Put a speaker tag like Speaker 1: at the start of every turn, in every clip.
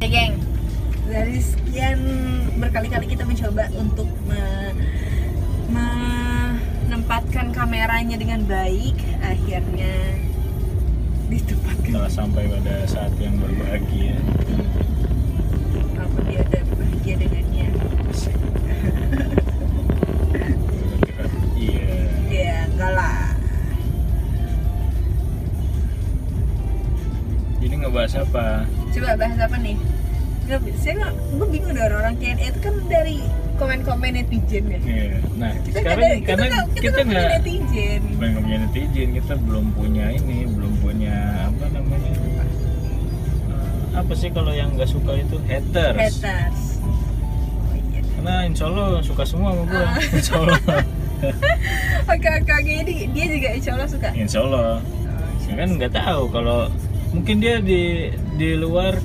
Speaker 1: Ya,
Speaker 2: geng?
Speaker 1: dari sekian berkali-kali kita mencoba untuk me- menempatkan kameranya dengan baik akhirnya ditempatkan
Speaker 3: telah sampai pada saat yang berbahagia
Speaker 1: walaupun dia ada bahagia dengannya
Speaker 3: Asik. iya
Speaker 1: ya enggak lah
Speaker 3: jadi ngebahas apa
Speaker 1: coba bahas apa nih Nggak, saya nggak, gue bingung deh orang-orang Q&A itu kan dari komen-komen netizen ya
Speaker 3: Iya. nah
Speaker 1: kita nggak
Speaker 3: sekarang
Speaker 1: ada-
Speaker 3: karena
Speaker 1: nggak-
Speaker 3: kita
Speaker 1: nggak punya
Speaker 3: nggak
Speaker 1: netizen
Speaker 3: bukan nggak punya netizen kita belum punya ini belum punya apa namanya Eh, apa sih kalau yang nggak suka itu haters.
Speaker 1: haters Oh, iya.
Speaker 3: karena insya Allah suka semua sama gue
Speaker 1: Ah.
Speaker 3: insya Allah
Speaker 1: oke oke oke jadi dia juga insya Allah suka
Speaker 3: insya Allah Ya kan nggak tahu kalau mungkin dia di di luar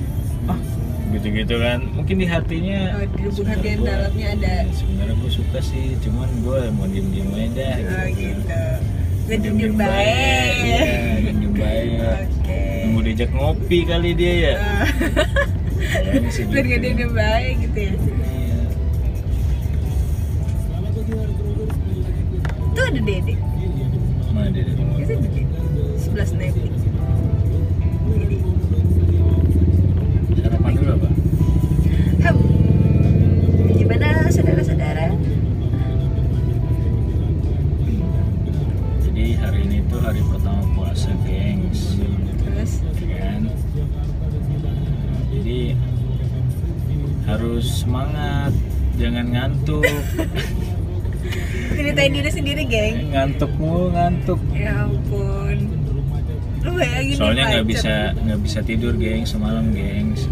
Speaker 3: ah gitu-gitu kan mungkin di hatinya
Speaker 1: Oh, di lubuk
Speaker 3: "Sebenarnya
Speaker 1: hati yang
Speaker 3: gua-
Speaker 1: dalamnya ada."
Speaker 3: ya, sebenarnya gue suka sih cuman gue mau diem-diem aja dah
Speaker 1: Oh,
Speaker 3: gitu.
Speaker 1: gitu gue
Speaker 3: Diem-diem
Speaker 1: diem baik
Speaker 3: Iya, diem-diem baik
Speaker 1: oke
Speaker 3: nunggu diajak ngopi kali dia ya
Speaker 1: Ah,
Speaker 3: Kayaknya sih
Speaker 1: biar gak
Speaker 3: gitu.
Speaker 1: diem baik gitu ya
Speaker 3: Iya.
Speaker 1: itu ada dede
Speaker 3: mana dia dia?
Speaker 1: itu ada dede sebelas nanti jadi
Speaker 3: sarapan dulu apa
Speaker 1: Hem. Gimana saudara-saudara?
Speaker 3: jadi hari ini tuh hari pertama puasa gengs
Speaker 1: Terus
Speaker 3: kan jadi harus semangat jangan ngantuk
Speaker 1: ceritain diri sendiri, geng.
Speaker 3: Eh, ngantuk mulu ngantuk
Speaker 1: Ya ampun. Lu bayangin nih,
Speaker 3: soalnya nggak
Speaker 1: pacar.
Speaker 3: bisa nggak bisa tidur geng semalam gengs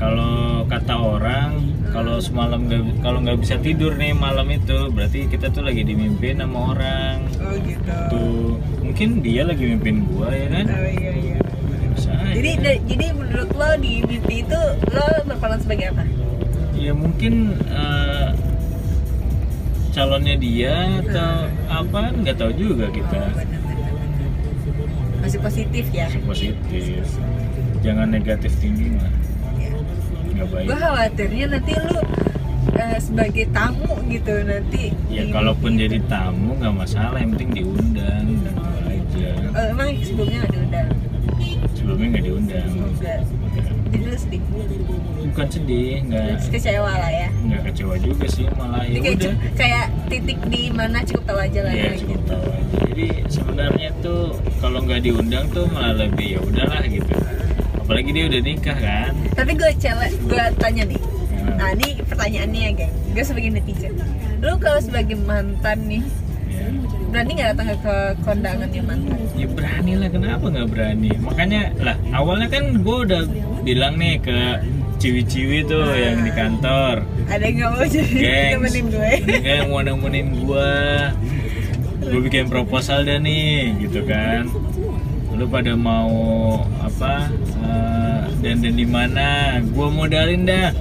Speaker 3: kalau kata orang kalau semalam nggak- kalau nggak bisa tidur nih malam itu berarti kita tuh lagi dimimpin sama orang
Speaker 1: Oh gitu.
Speaker 3: tuh mungkin dia lagi mimpin gua ya kan
Speaker 1: Oh iya iya.
Speaker 3: Bisa aja.
Speaker 1: Jadi da- jadi menurut lo di mimpi itu lo berperan sebagai apa?
Speaker 3: ya mungkin eh, calonnya dia atau apa nggak tahu
Speaker 1: Oh,
Speaker 3: juga kita
Speaker 1: benar, benar, benar. Masih positif ya.
Speaker 3: Masih positif jangan negatif tinggi mah
Speaker 1: ya.
Speaker 3: nggak baik
Speaker 1: Gue khawatirnya nanti lu eh, sebagai tamu gitu nanti.
Speaker 3: ya
Speaker 1: di-
Speaker 3: kalaupun jadi tamu nggak masalah yang penting diundang dan gua aja
Speaker 1: Oh, emang sebelumnya ada udah.
Speaker 3: sebelumnya nggak diundang
Speaker 1: Semoga. Jadi lu sedih.
Speaker 3: Ya. bukan sedih nggak
Speaker 1: Terus kecewa lah ya
Speaker 3: nggak kecewa juga sih malah
Speaker 1: Jadi
Speaker 3: ya
Speaker 1: kayak,
Speaker 3: udah
Speaker 1: kayak titik di mana cukup tahu aja lah
Speaker 3: Iya
Speaker 1: ya,
Speaker 3: cukup
Speaker 1: gitu.
Speaker 3: tahu aja. Jadi sebenarnya tuh kalau nggak diundang tuh malah lebih ya udahlah gitu. Apalagi dia udah nikah kan.
Speaker 1: tapi gue challenge gue tanya nih
Speaker 3: Hmm.
Speaker 1: nah ini pertanyaannya geng gue sebagai netizen lu kalau sebagai mantan nih
Speaker 3: Ya,
Speaker 1: berani nggak datang ke kondangannya mantan
Speaker 3: ya berani lah kenapa nggak berani? Makanya lah awalnya kan gue udah bilang nih ke ciwi-ciwi tuh yang di kantor.
Speaker 1: ada yang nggak mau jadi
Speaker 3: Gengs,
Speaker 1: temenin gue
Speaker 3: yang mau nemenin gue Gue bikin proposal dah nih, gitu kan Lu pada mau apa dan dan di mana gue modalin dah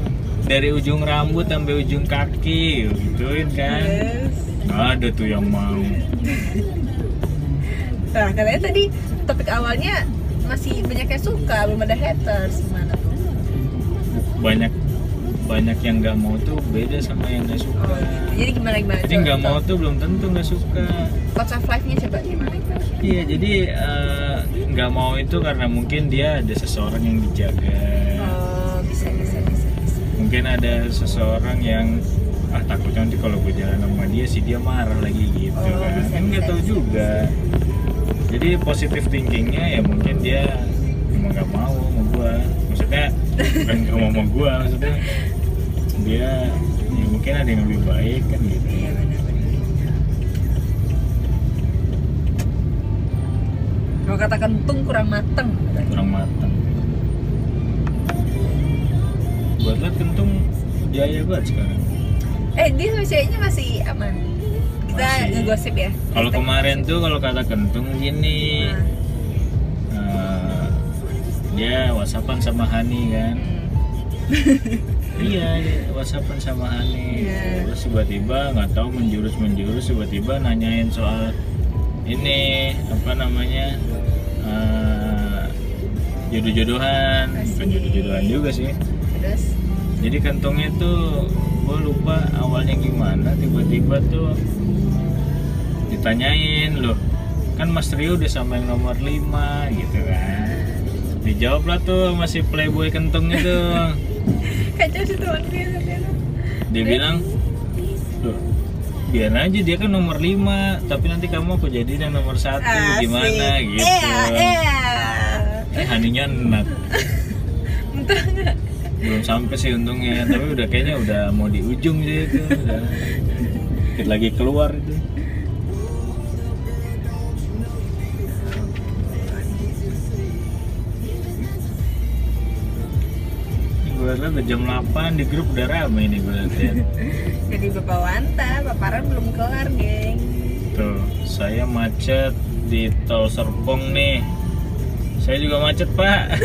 Speaker 3: dari ujung rambut sampai ujung kaki gituin kan
Speaker 1: Terus,
Speaker 3: ada tuh yang mau
Speaker 1: nah katanya tadi topik awalnya masih banyak yang suka belum ada haters gimana tuh Oh,
Speaker 3: banyak banyak yang nggak mau tuh beda sama yang nggak
Speaker 1: Oh,
Speaker 3: suka
Speaker 1: gitu. jadi gimana gimana
Speaker 3: jadi nggak mau tuh belum tentu nggak suka
Speaker 1: coach of life nya coba gimana
Speaker 3: Iya, jadi eh, nggak mau itu karena mungkin dia ada seseorang yang dijaga,
Speaker 1: oh bisa bisa bisa bisa
Speaker 3: mungkin ada seseorang yang ah takutnya nanti kalau gue jalan sama dia sih dia marah lagi gitu
Speaker 1: Oh,
Speaker 3: kan,
Speaker 1: bisa,
Speaker 3: kan nggak
Speaker 1: bisa,
Speaker 3: tahu
Speaker 1: bisa,
Speaker 3: juga. Jadi positif thinkingnya ya mungkin dia emang nggak mau sama gue, maksudnya bukan nggak mau sama gue, maksudnya dia ya mungkin ada yang lebih baik kan gitu.
Speaker 1: Iya benar-benar. Kalau kata kentung kurang mateng.
Speaker 3: kurang matang buat lo kentung jaya banget sekarang
Speaker 1: Eh dia sama ceweknya masih aman. Kita
Speaker 3: Masih.
Speaker 1: ngegosip ya.
Speaker 3: kalau
Speaker 1: Kita-
Speaker 3: kemarin tuh kalau kata kentung gini
Speaker 1: Nah,
Speaker 3: eh, dia whatsappan sama Hani kan
Speaker 1: hmm.
Speaker 3: iya dia whatsappan sama Hani
Speaker 1: Iya.
Speaker 3: terus tiba-tiba nggak tahu menjurus menjurus tiba-tiba nanyain soal ini apa namanya eh, jodoh-jodohan bukan
Speaker 1: Asik.
Speaker 3: jodoh-jodohan juga sih
Speaker 1: terus
Speaker 3: jadi kantongnya tuh gue lupa awalnya gimana tiba-tiba tuh ditanyain loh kan Mas Rio udah sama yang nomor 5 gitu kan dijawab lah tuh masih playboy kentong itu
Speaker 1: kacau situasi ternyata
Speaker 3: dia bilang loh biar aja dia kan nomor 5 tapi nanti kamu aku jadiin yang nomor satu gimana
Speaker 1: Asik.
Speaker 3: gitu
Speaker 1: Iya, iya.
Speaker 3: eh haninya enak
Speaker 1: Entah nggak.
Speaker 3: belum sampai sih untungnya tapi udah kayaknya udah mau di ujung sih itu udah dikit lagi keluar itu Ini gue lihat udah jam 8 di grup udah rame nih gue lihat ya.
Speaker 1: jadi bapak wanta paparan belum kelar geng
Speaker 3: Tuh, saya macet di tol Serpong nih. Saya juga macet, Pak.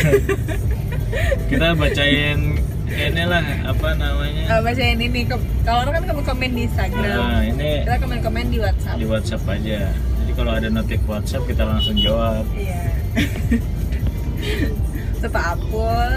Speaker 3: Kita bacain inilah apa namanya?
Speaker 1: Eh, baca yang ini ke- kalau orang kan kamu komen di
Speaker 3: Nah,
Speaker 1: Instagram
Speaker 3: ini
Speaker 1: kita komen komen di WhatsApp
Speaker 3: di WhatsApp aja. Jadi kalau ada notif WhatsApp kita langsung jawab.
Speaker 1: iya Terus Pak Apul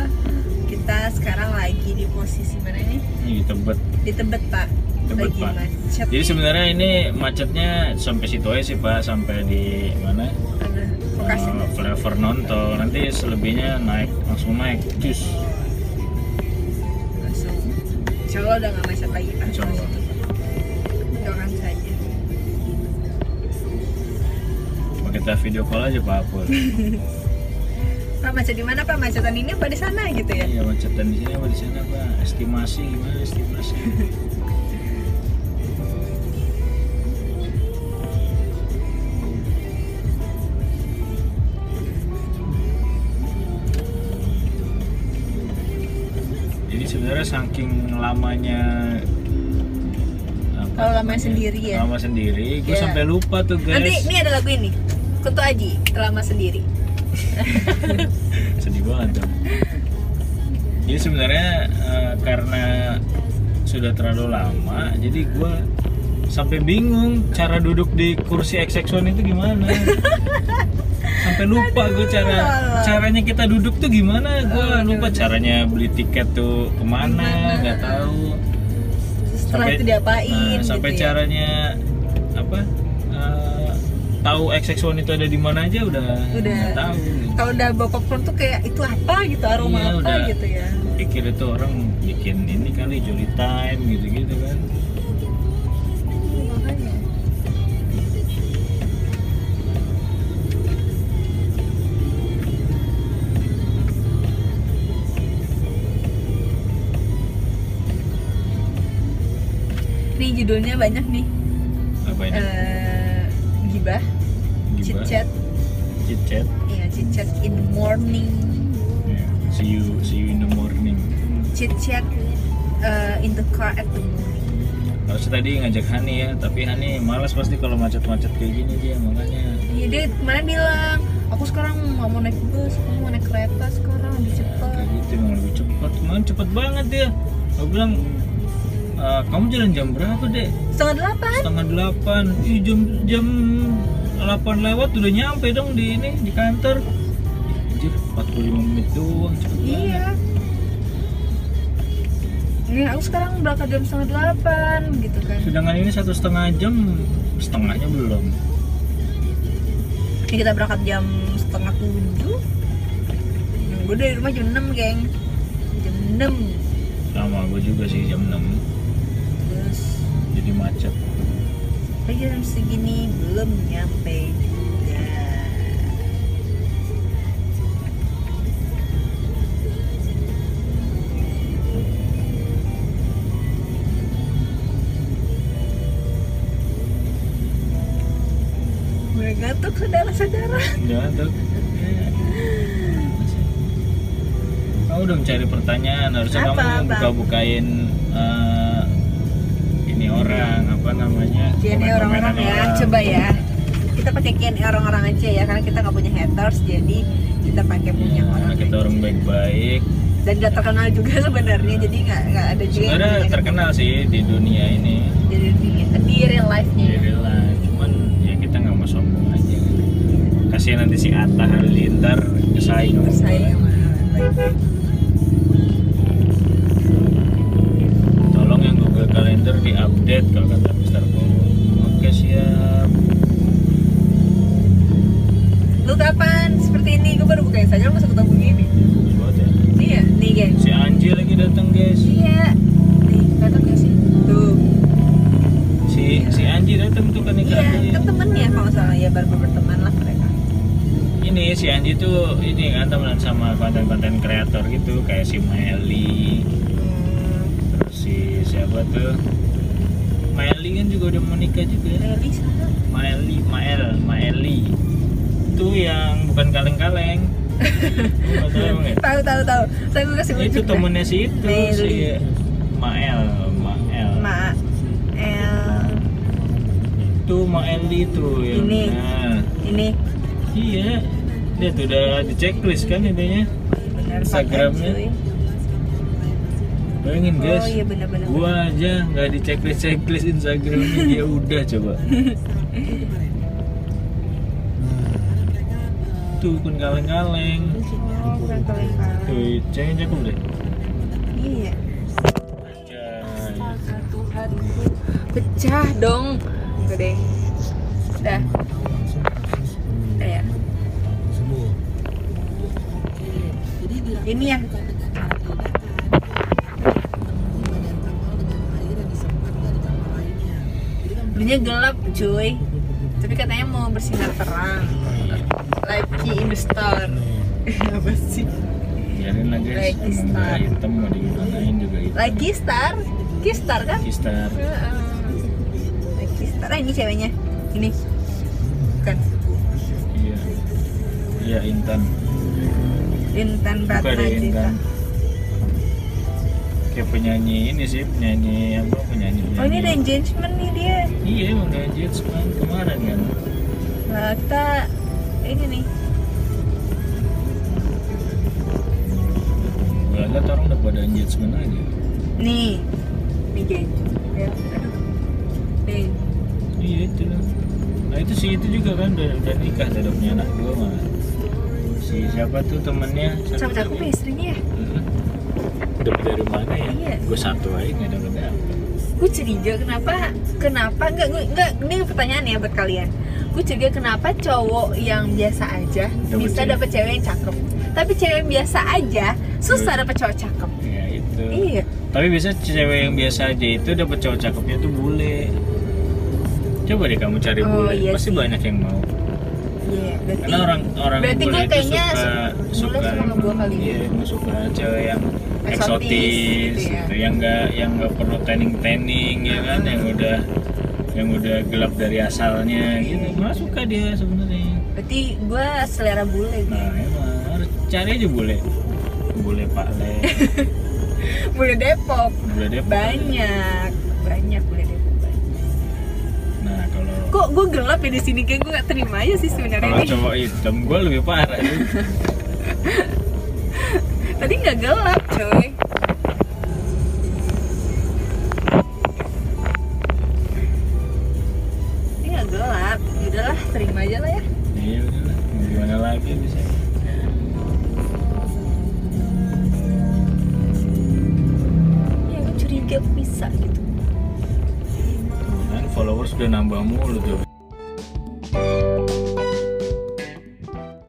Speaker 1: kita sekarang lagi di posisi mana nih
Speaker 3: Ini di Tebet.
Speaker 1: di Tebet Pak
Speaker 3: Tebet,
Speaker 1: lagi
Speaker 3: Pak.
Speaker 1: macet
Speaker 3: Jadi sebenarnya ini macetnya sampai situ aja sih, Pak, sampai di mana?
Speaker 1: Ada Bekasi
Speaker 3: Eh, flavor nontol. Nanti selebihnya naik langsung naik. Cus.
Speaker 1: langsung Insya Allah udah gak macet lagi Pak
Speaker 3: Insya Allah.
Speaker 1: doakan saja
Speaker 3: Apa Kita video call aja, Pak Apul.
Speaker 1: Pak macet di mana Pak macetan ini apa di sana gitu ya
Speaker 3: Iya macetan di sini apa di sana pak? Estimasi gimana estimasi? Jadi sebenarnya saking lamanya apa
Speaker 1: Kalau lama
Speaker 3: namanya?
Speaker 1: sendiri ya?
Speaker 3: Lama sendiri, gue
Speaker 1: Iya.
Speaker 3: sampai lupa tuh guys.
Speaker 1: nanti ini ada lagu ini Kunto Aji lama sendiri
Speaker 3: sedih banget dong jadi sebenarnya eh, karena sudah terlalu lama jadi gue sampai bingung cara duduk di kursi XX1 itu gimana sampai lupa gue cara
Speaker 1: Aduh.
Speaker 3: caranya kita duduk tuh gimana gue lupa caranya beli tiket tuh
Speaker 1: Kemana.
Speaker 3: kemana nggak tahu
Speaker 1: setelah itu diapain
Speaker 3: nah,
Speaker 1: gitu
Speaker 3: sampai
Speaker 1: ya.
Speaker 3: caranya apa eh, tahu XX1 itu ada di mana aja udah
Speaker 1: Udah.
Speaker 3: nggak tahu gitu.
Speaker 1: kalau udah bawa popcorn tuh kayak itu apa gitu aroma
Speaker 3: Iya,
Speaker 1: apa
Speaker 3: udah.
Speaker 1: gitu ya
Speaker 3: pikir itu orang bikin ini kali jolly time gitu-gitu kan
Speaker 1: makanya nih judulnya banyak nih
Speaker 3: apa ini
Speaker 1: Eh, gibah chit
Speaker 3: Gibah,
Speaker 1: chat
Speaker 3: chit chat
Speaker 1: ya chit chat in morning
Speaker 3: Ya, see you see you in the morning
Speaker 1: chit chat eh, in the car at the morning
Speaker 3: harusnya tadi ngajak Hani ya tapi Hani malas pasti kalau macet-macet kayak gini dia makanya
Speaker 1: Iya dia kemarin bilang aku sekarang nggak mau naik bus, aku mau naik kereta sekarang lebih
Speaker 3: kayak
Speaker 1: cepat.
Speaker 3: gitu emang lebih cepat kemarin cepet banget dia aku bilang "Eh, kamu jalan jam berapa dek
Speaker 1: Setengah delapan?
Speaker 3: setengah delapan Ih, jam jam delapan lewat udah nyampe dong di ini di kantor Ih, anjir 45 menit doang cepet
Speaker 1: Iya. Iya aku sekarang berangkat jam setengah delapan gitu kan.
Speaker 3: Sedangkan ini satu setengah jam setengahnya belum.
Speaker 1: Ini kita berangkat jam setengah tujuh. Hmm, gue dari rumah jam enam geng. Jam enam.
Speaker 3: Sama gue juga sih jam 6
Speaker 1: Terus
Speaker 3: jadi macet.
Speaker 1: Tapi jam segini belum nyampe Ya. juga. Mereka tuh saudara-saudara.
Speaker 3: Ya tuh. Kamu udah mencari pertanyaan harusnya
Speaker 1: Apa,
Speaker 3: kamu
Speaker 1: Bang?
Speaker 3: buka-bukain eh, ini orang apa namanya?
Speaker 1: Jadi
Speaker 3: komen-komenan
Speaker 1: orang-orang ya,
Speaker 3: orang.
Speaker 1: coba ya. Kita pakai KNI orang-orang aja ya, karena kita nggak punya haters, jadi kita pakai punya
Speaker 3: Ya,
Speaker 1: orang. gitu.
Speaker 3: kita
Speaker 1: aja.
Speaker 3: orang baik-baik.
Speaker 1: Dan nggak terkenal juga sebenarnya, jadi nggak nggak ada juga. yang
Speaker 3: Sebenarnya
Speaker 1: punya
Speaker 3: terkenal sih di dunia ini.
Speaker 1: jadi di, di real life-nya
Speaker 3: Ya lah, cuman ya kita nggak mau sombong aja. Kasihan nanti si Atta Halilintar bersaing sama
Speaker 1: bersaing sama
Speaker 3: gua.
Speaker 1: orang lain.
Speaker 3: tolong yang Google Calendar di update kalau kata Mister Bowo oke siap
Speaker 1: Lu kapan seperti ini? Gue baru buka Instagram masuk ketemu gini.
Speaker 3: Bagus banget ya.
Speaker 1: Iya, nih guys.
Speaker 3: si Anji lagi datang guys
Speaker 1: Iya. Nih, kelihatan gak sih? Tuh.
Speaker 3: si si Anji datang tuh ke
Speaker 1: Iya,
Speaker 3: nikahan
Speaker 1: kan temennya kalau nggak salah ya baru berteman lah mereka.
Speaker 3: ini si Anji tuh ini kan temenan sama konten-konten kreator gitu kayak si Meli
Speaker 1: Hmm,
Speaker 3: terus si siapa tuh Meli kan juga udah mau nikah juga
Speaker 1: Meli sama.
Speaker 3: Maeli Mael Maeli itu yang bukan kaleng-kaleng Lu nggak tahu emang ya?
Speaker 1: Tahu tahu tahu. Saya gue kasih
Speaker 3: itu
Speaker 1: unjuk dah.
Speaker 3: temennya si itu si
Speaker 1: Maeli.
Speaker 3: Mael Mael
Speaker 1: Ma. El.
Speaker 3: itu Maeli tuh yang
Speaker 1: Ini.
Speaker 3: nah,
Speaker 1: Ini.
Speaker 3: iya dia tuh udah di checklist kan intinya
Speaker 1: Benar,
Speaker 3: Instagramnya.
Speaker 1: pakai, cuy.
Speaker 3: Bayangin guys,
Speaker 1: Oh iya benar-benar.
Speaker 3: gua aja nggak di checklist checklist Instagramnya dia udah coba. Tuh kun kaleng-kaleng.
Speaker 1: Oh, bukan kaleng-kaleng.
Speaker 3: Tuh, cengin cakep deh.
Speaker 1: Iya.
Speaker 3: Iya, Anjay.
Speaker 1: Pecah dong. Gede. Dah. Udah ya. Ini ya. Dulunya gelap cuy Tapi katanya mau bersinar terang Like investor Apa sih?
Speaker 3: Biarin lah
Speaker 1: Like
Speaker 3: guys, emang udah
Speaker 1: star.
Speaker 3: hitam mau digimanain juga gitu. itu.
Speaker 1: Lagi star? Kistar kan?
Speaker 3: Kistar.
Speaker 1: Lagi star, eh, ini ceweknya Ini Bukan
Speaker 3: Iya. Iya Intan.
Speaker 1: Intan
Speaker 3: Bukan
Speaker 1: Ratna
Speaker 3: deh
Speaker 1: Cita
Speaker 3: Intan. Kayak penyanyi ini sih, penyanyi apa penyanyi.
Speaker 1: Oh ini ada
Speaker 3: penyanyi.
Speaker 1: engagement nih dia
Speaker 3: Iya, emang udah engagement kemarin kan.
Speaker 1: Nah kita Ini nih
Speaker 3: Gue liat orang udah pada engagement aja
Speaker 1: Nih Nih geng Ya, aduh. Nih
Speaker 3: Iya itu lah Nah itu si itu juga kan udah, udah nikah tuh, udah punya anak dua malah Si siapa tuh temennya
Speaker 1: Sama aku punya istrinya ya
Speaker 3: Heeh. Dapat dari mana ya?
Speaker 1: Iya.
Speaker 3: Gue satu aja nggak dapet dapet
Speaker 1: gue curiga kenapa kenapa nggak gue nggak ini pertanyaan ya buat kalian gue curiga kenapa cowok yang biasa aja
Speaker 3: Dapet
Speaker 1: bisa
Speaker 3: cewek.
Speaker 1: dapet cewek yang cakep tapi cewek yang biasa aja susah
Speaker 3: Hmm.
Speaker 1: dapet cowok cakep
Speaker 3: Ya itu
Speaker 1: iya
Speaker 3: Tapi biasa cewek yang biasa aja itu dapet cowok cakepnya tuh bule Coba deh kamu cari
Speaker 1: Oh,
Speaker 3: bule
Speaker 1: iya
Speaker 3: Pasti
Speaker 1: sih.
Speaker 3: banyak yang mau
Speaker 1: iya berarti
Speaker 3: Karena orang orang
Speaker 1: berarti
Speaker 3: bule
Speaker 1: gue
Speaker 3: itu
Speaker 1: kayaknya
Speaker 3: suka
Speaker 1: su- bule suka sama gue kali
Speaker 3: Iya,
Speaker 1: ya
Speaker 3: emang suka cewek yang
Speaker 1: Eksotis,
Speaker 3: eksotis,
Speaker 1: gitu ya.
Speaker 3: gitu, yang nggak yang nggak perlu tanning tanning ya kan,
Speaker 1: Mm.
Speaker 3: yang udah yang udah gelap dari asalnya gitu. Malah suka dia sebenarnya.
Speaker 1: berarti gue selera bule gitu.
Speaker 3: Nah, emang harus cari aja boleh. Boleh Pak Le,
Speaker 1: bule Depok
Speaker 3: boleh deh. Pak.
Speaker 1: banyak banyak bule Depok banyak.
Speaker 3: Nah, kalau
Speaker 1: kok gue gelap ya di sini kayak gue nggak terima aja sih sebenarnya
Speaker 3: kalau
Speaker 1: ini
Speaker 3: cowok hitam gue lebih parah sih.
Speaker 1: tadi nggak gelap coy ini nggak gelap ya udahlah terima aja lah ya
Speaker 3: Iya udah lah, mau gimana lagi bisa.
Speaker 1: ya gue curiga bisa gitu
Speaker 3: Kan followers udah nambah mulu tuh.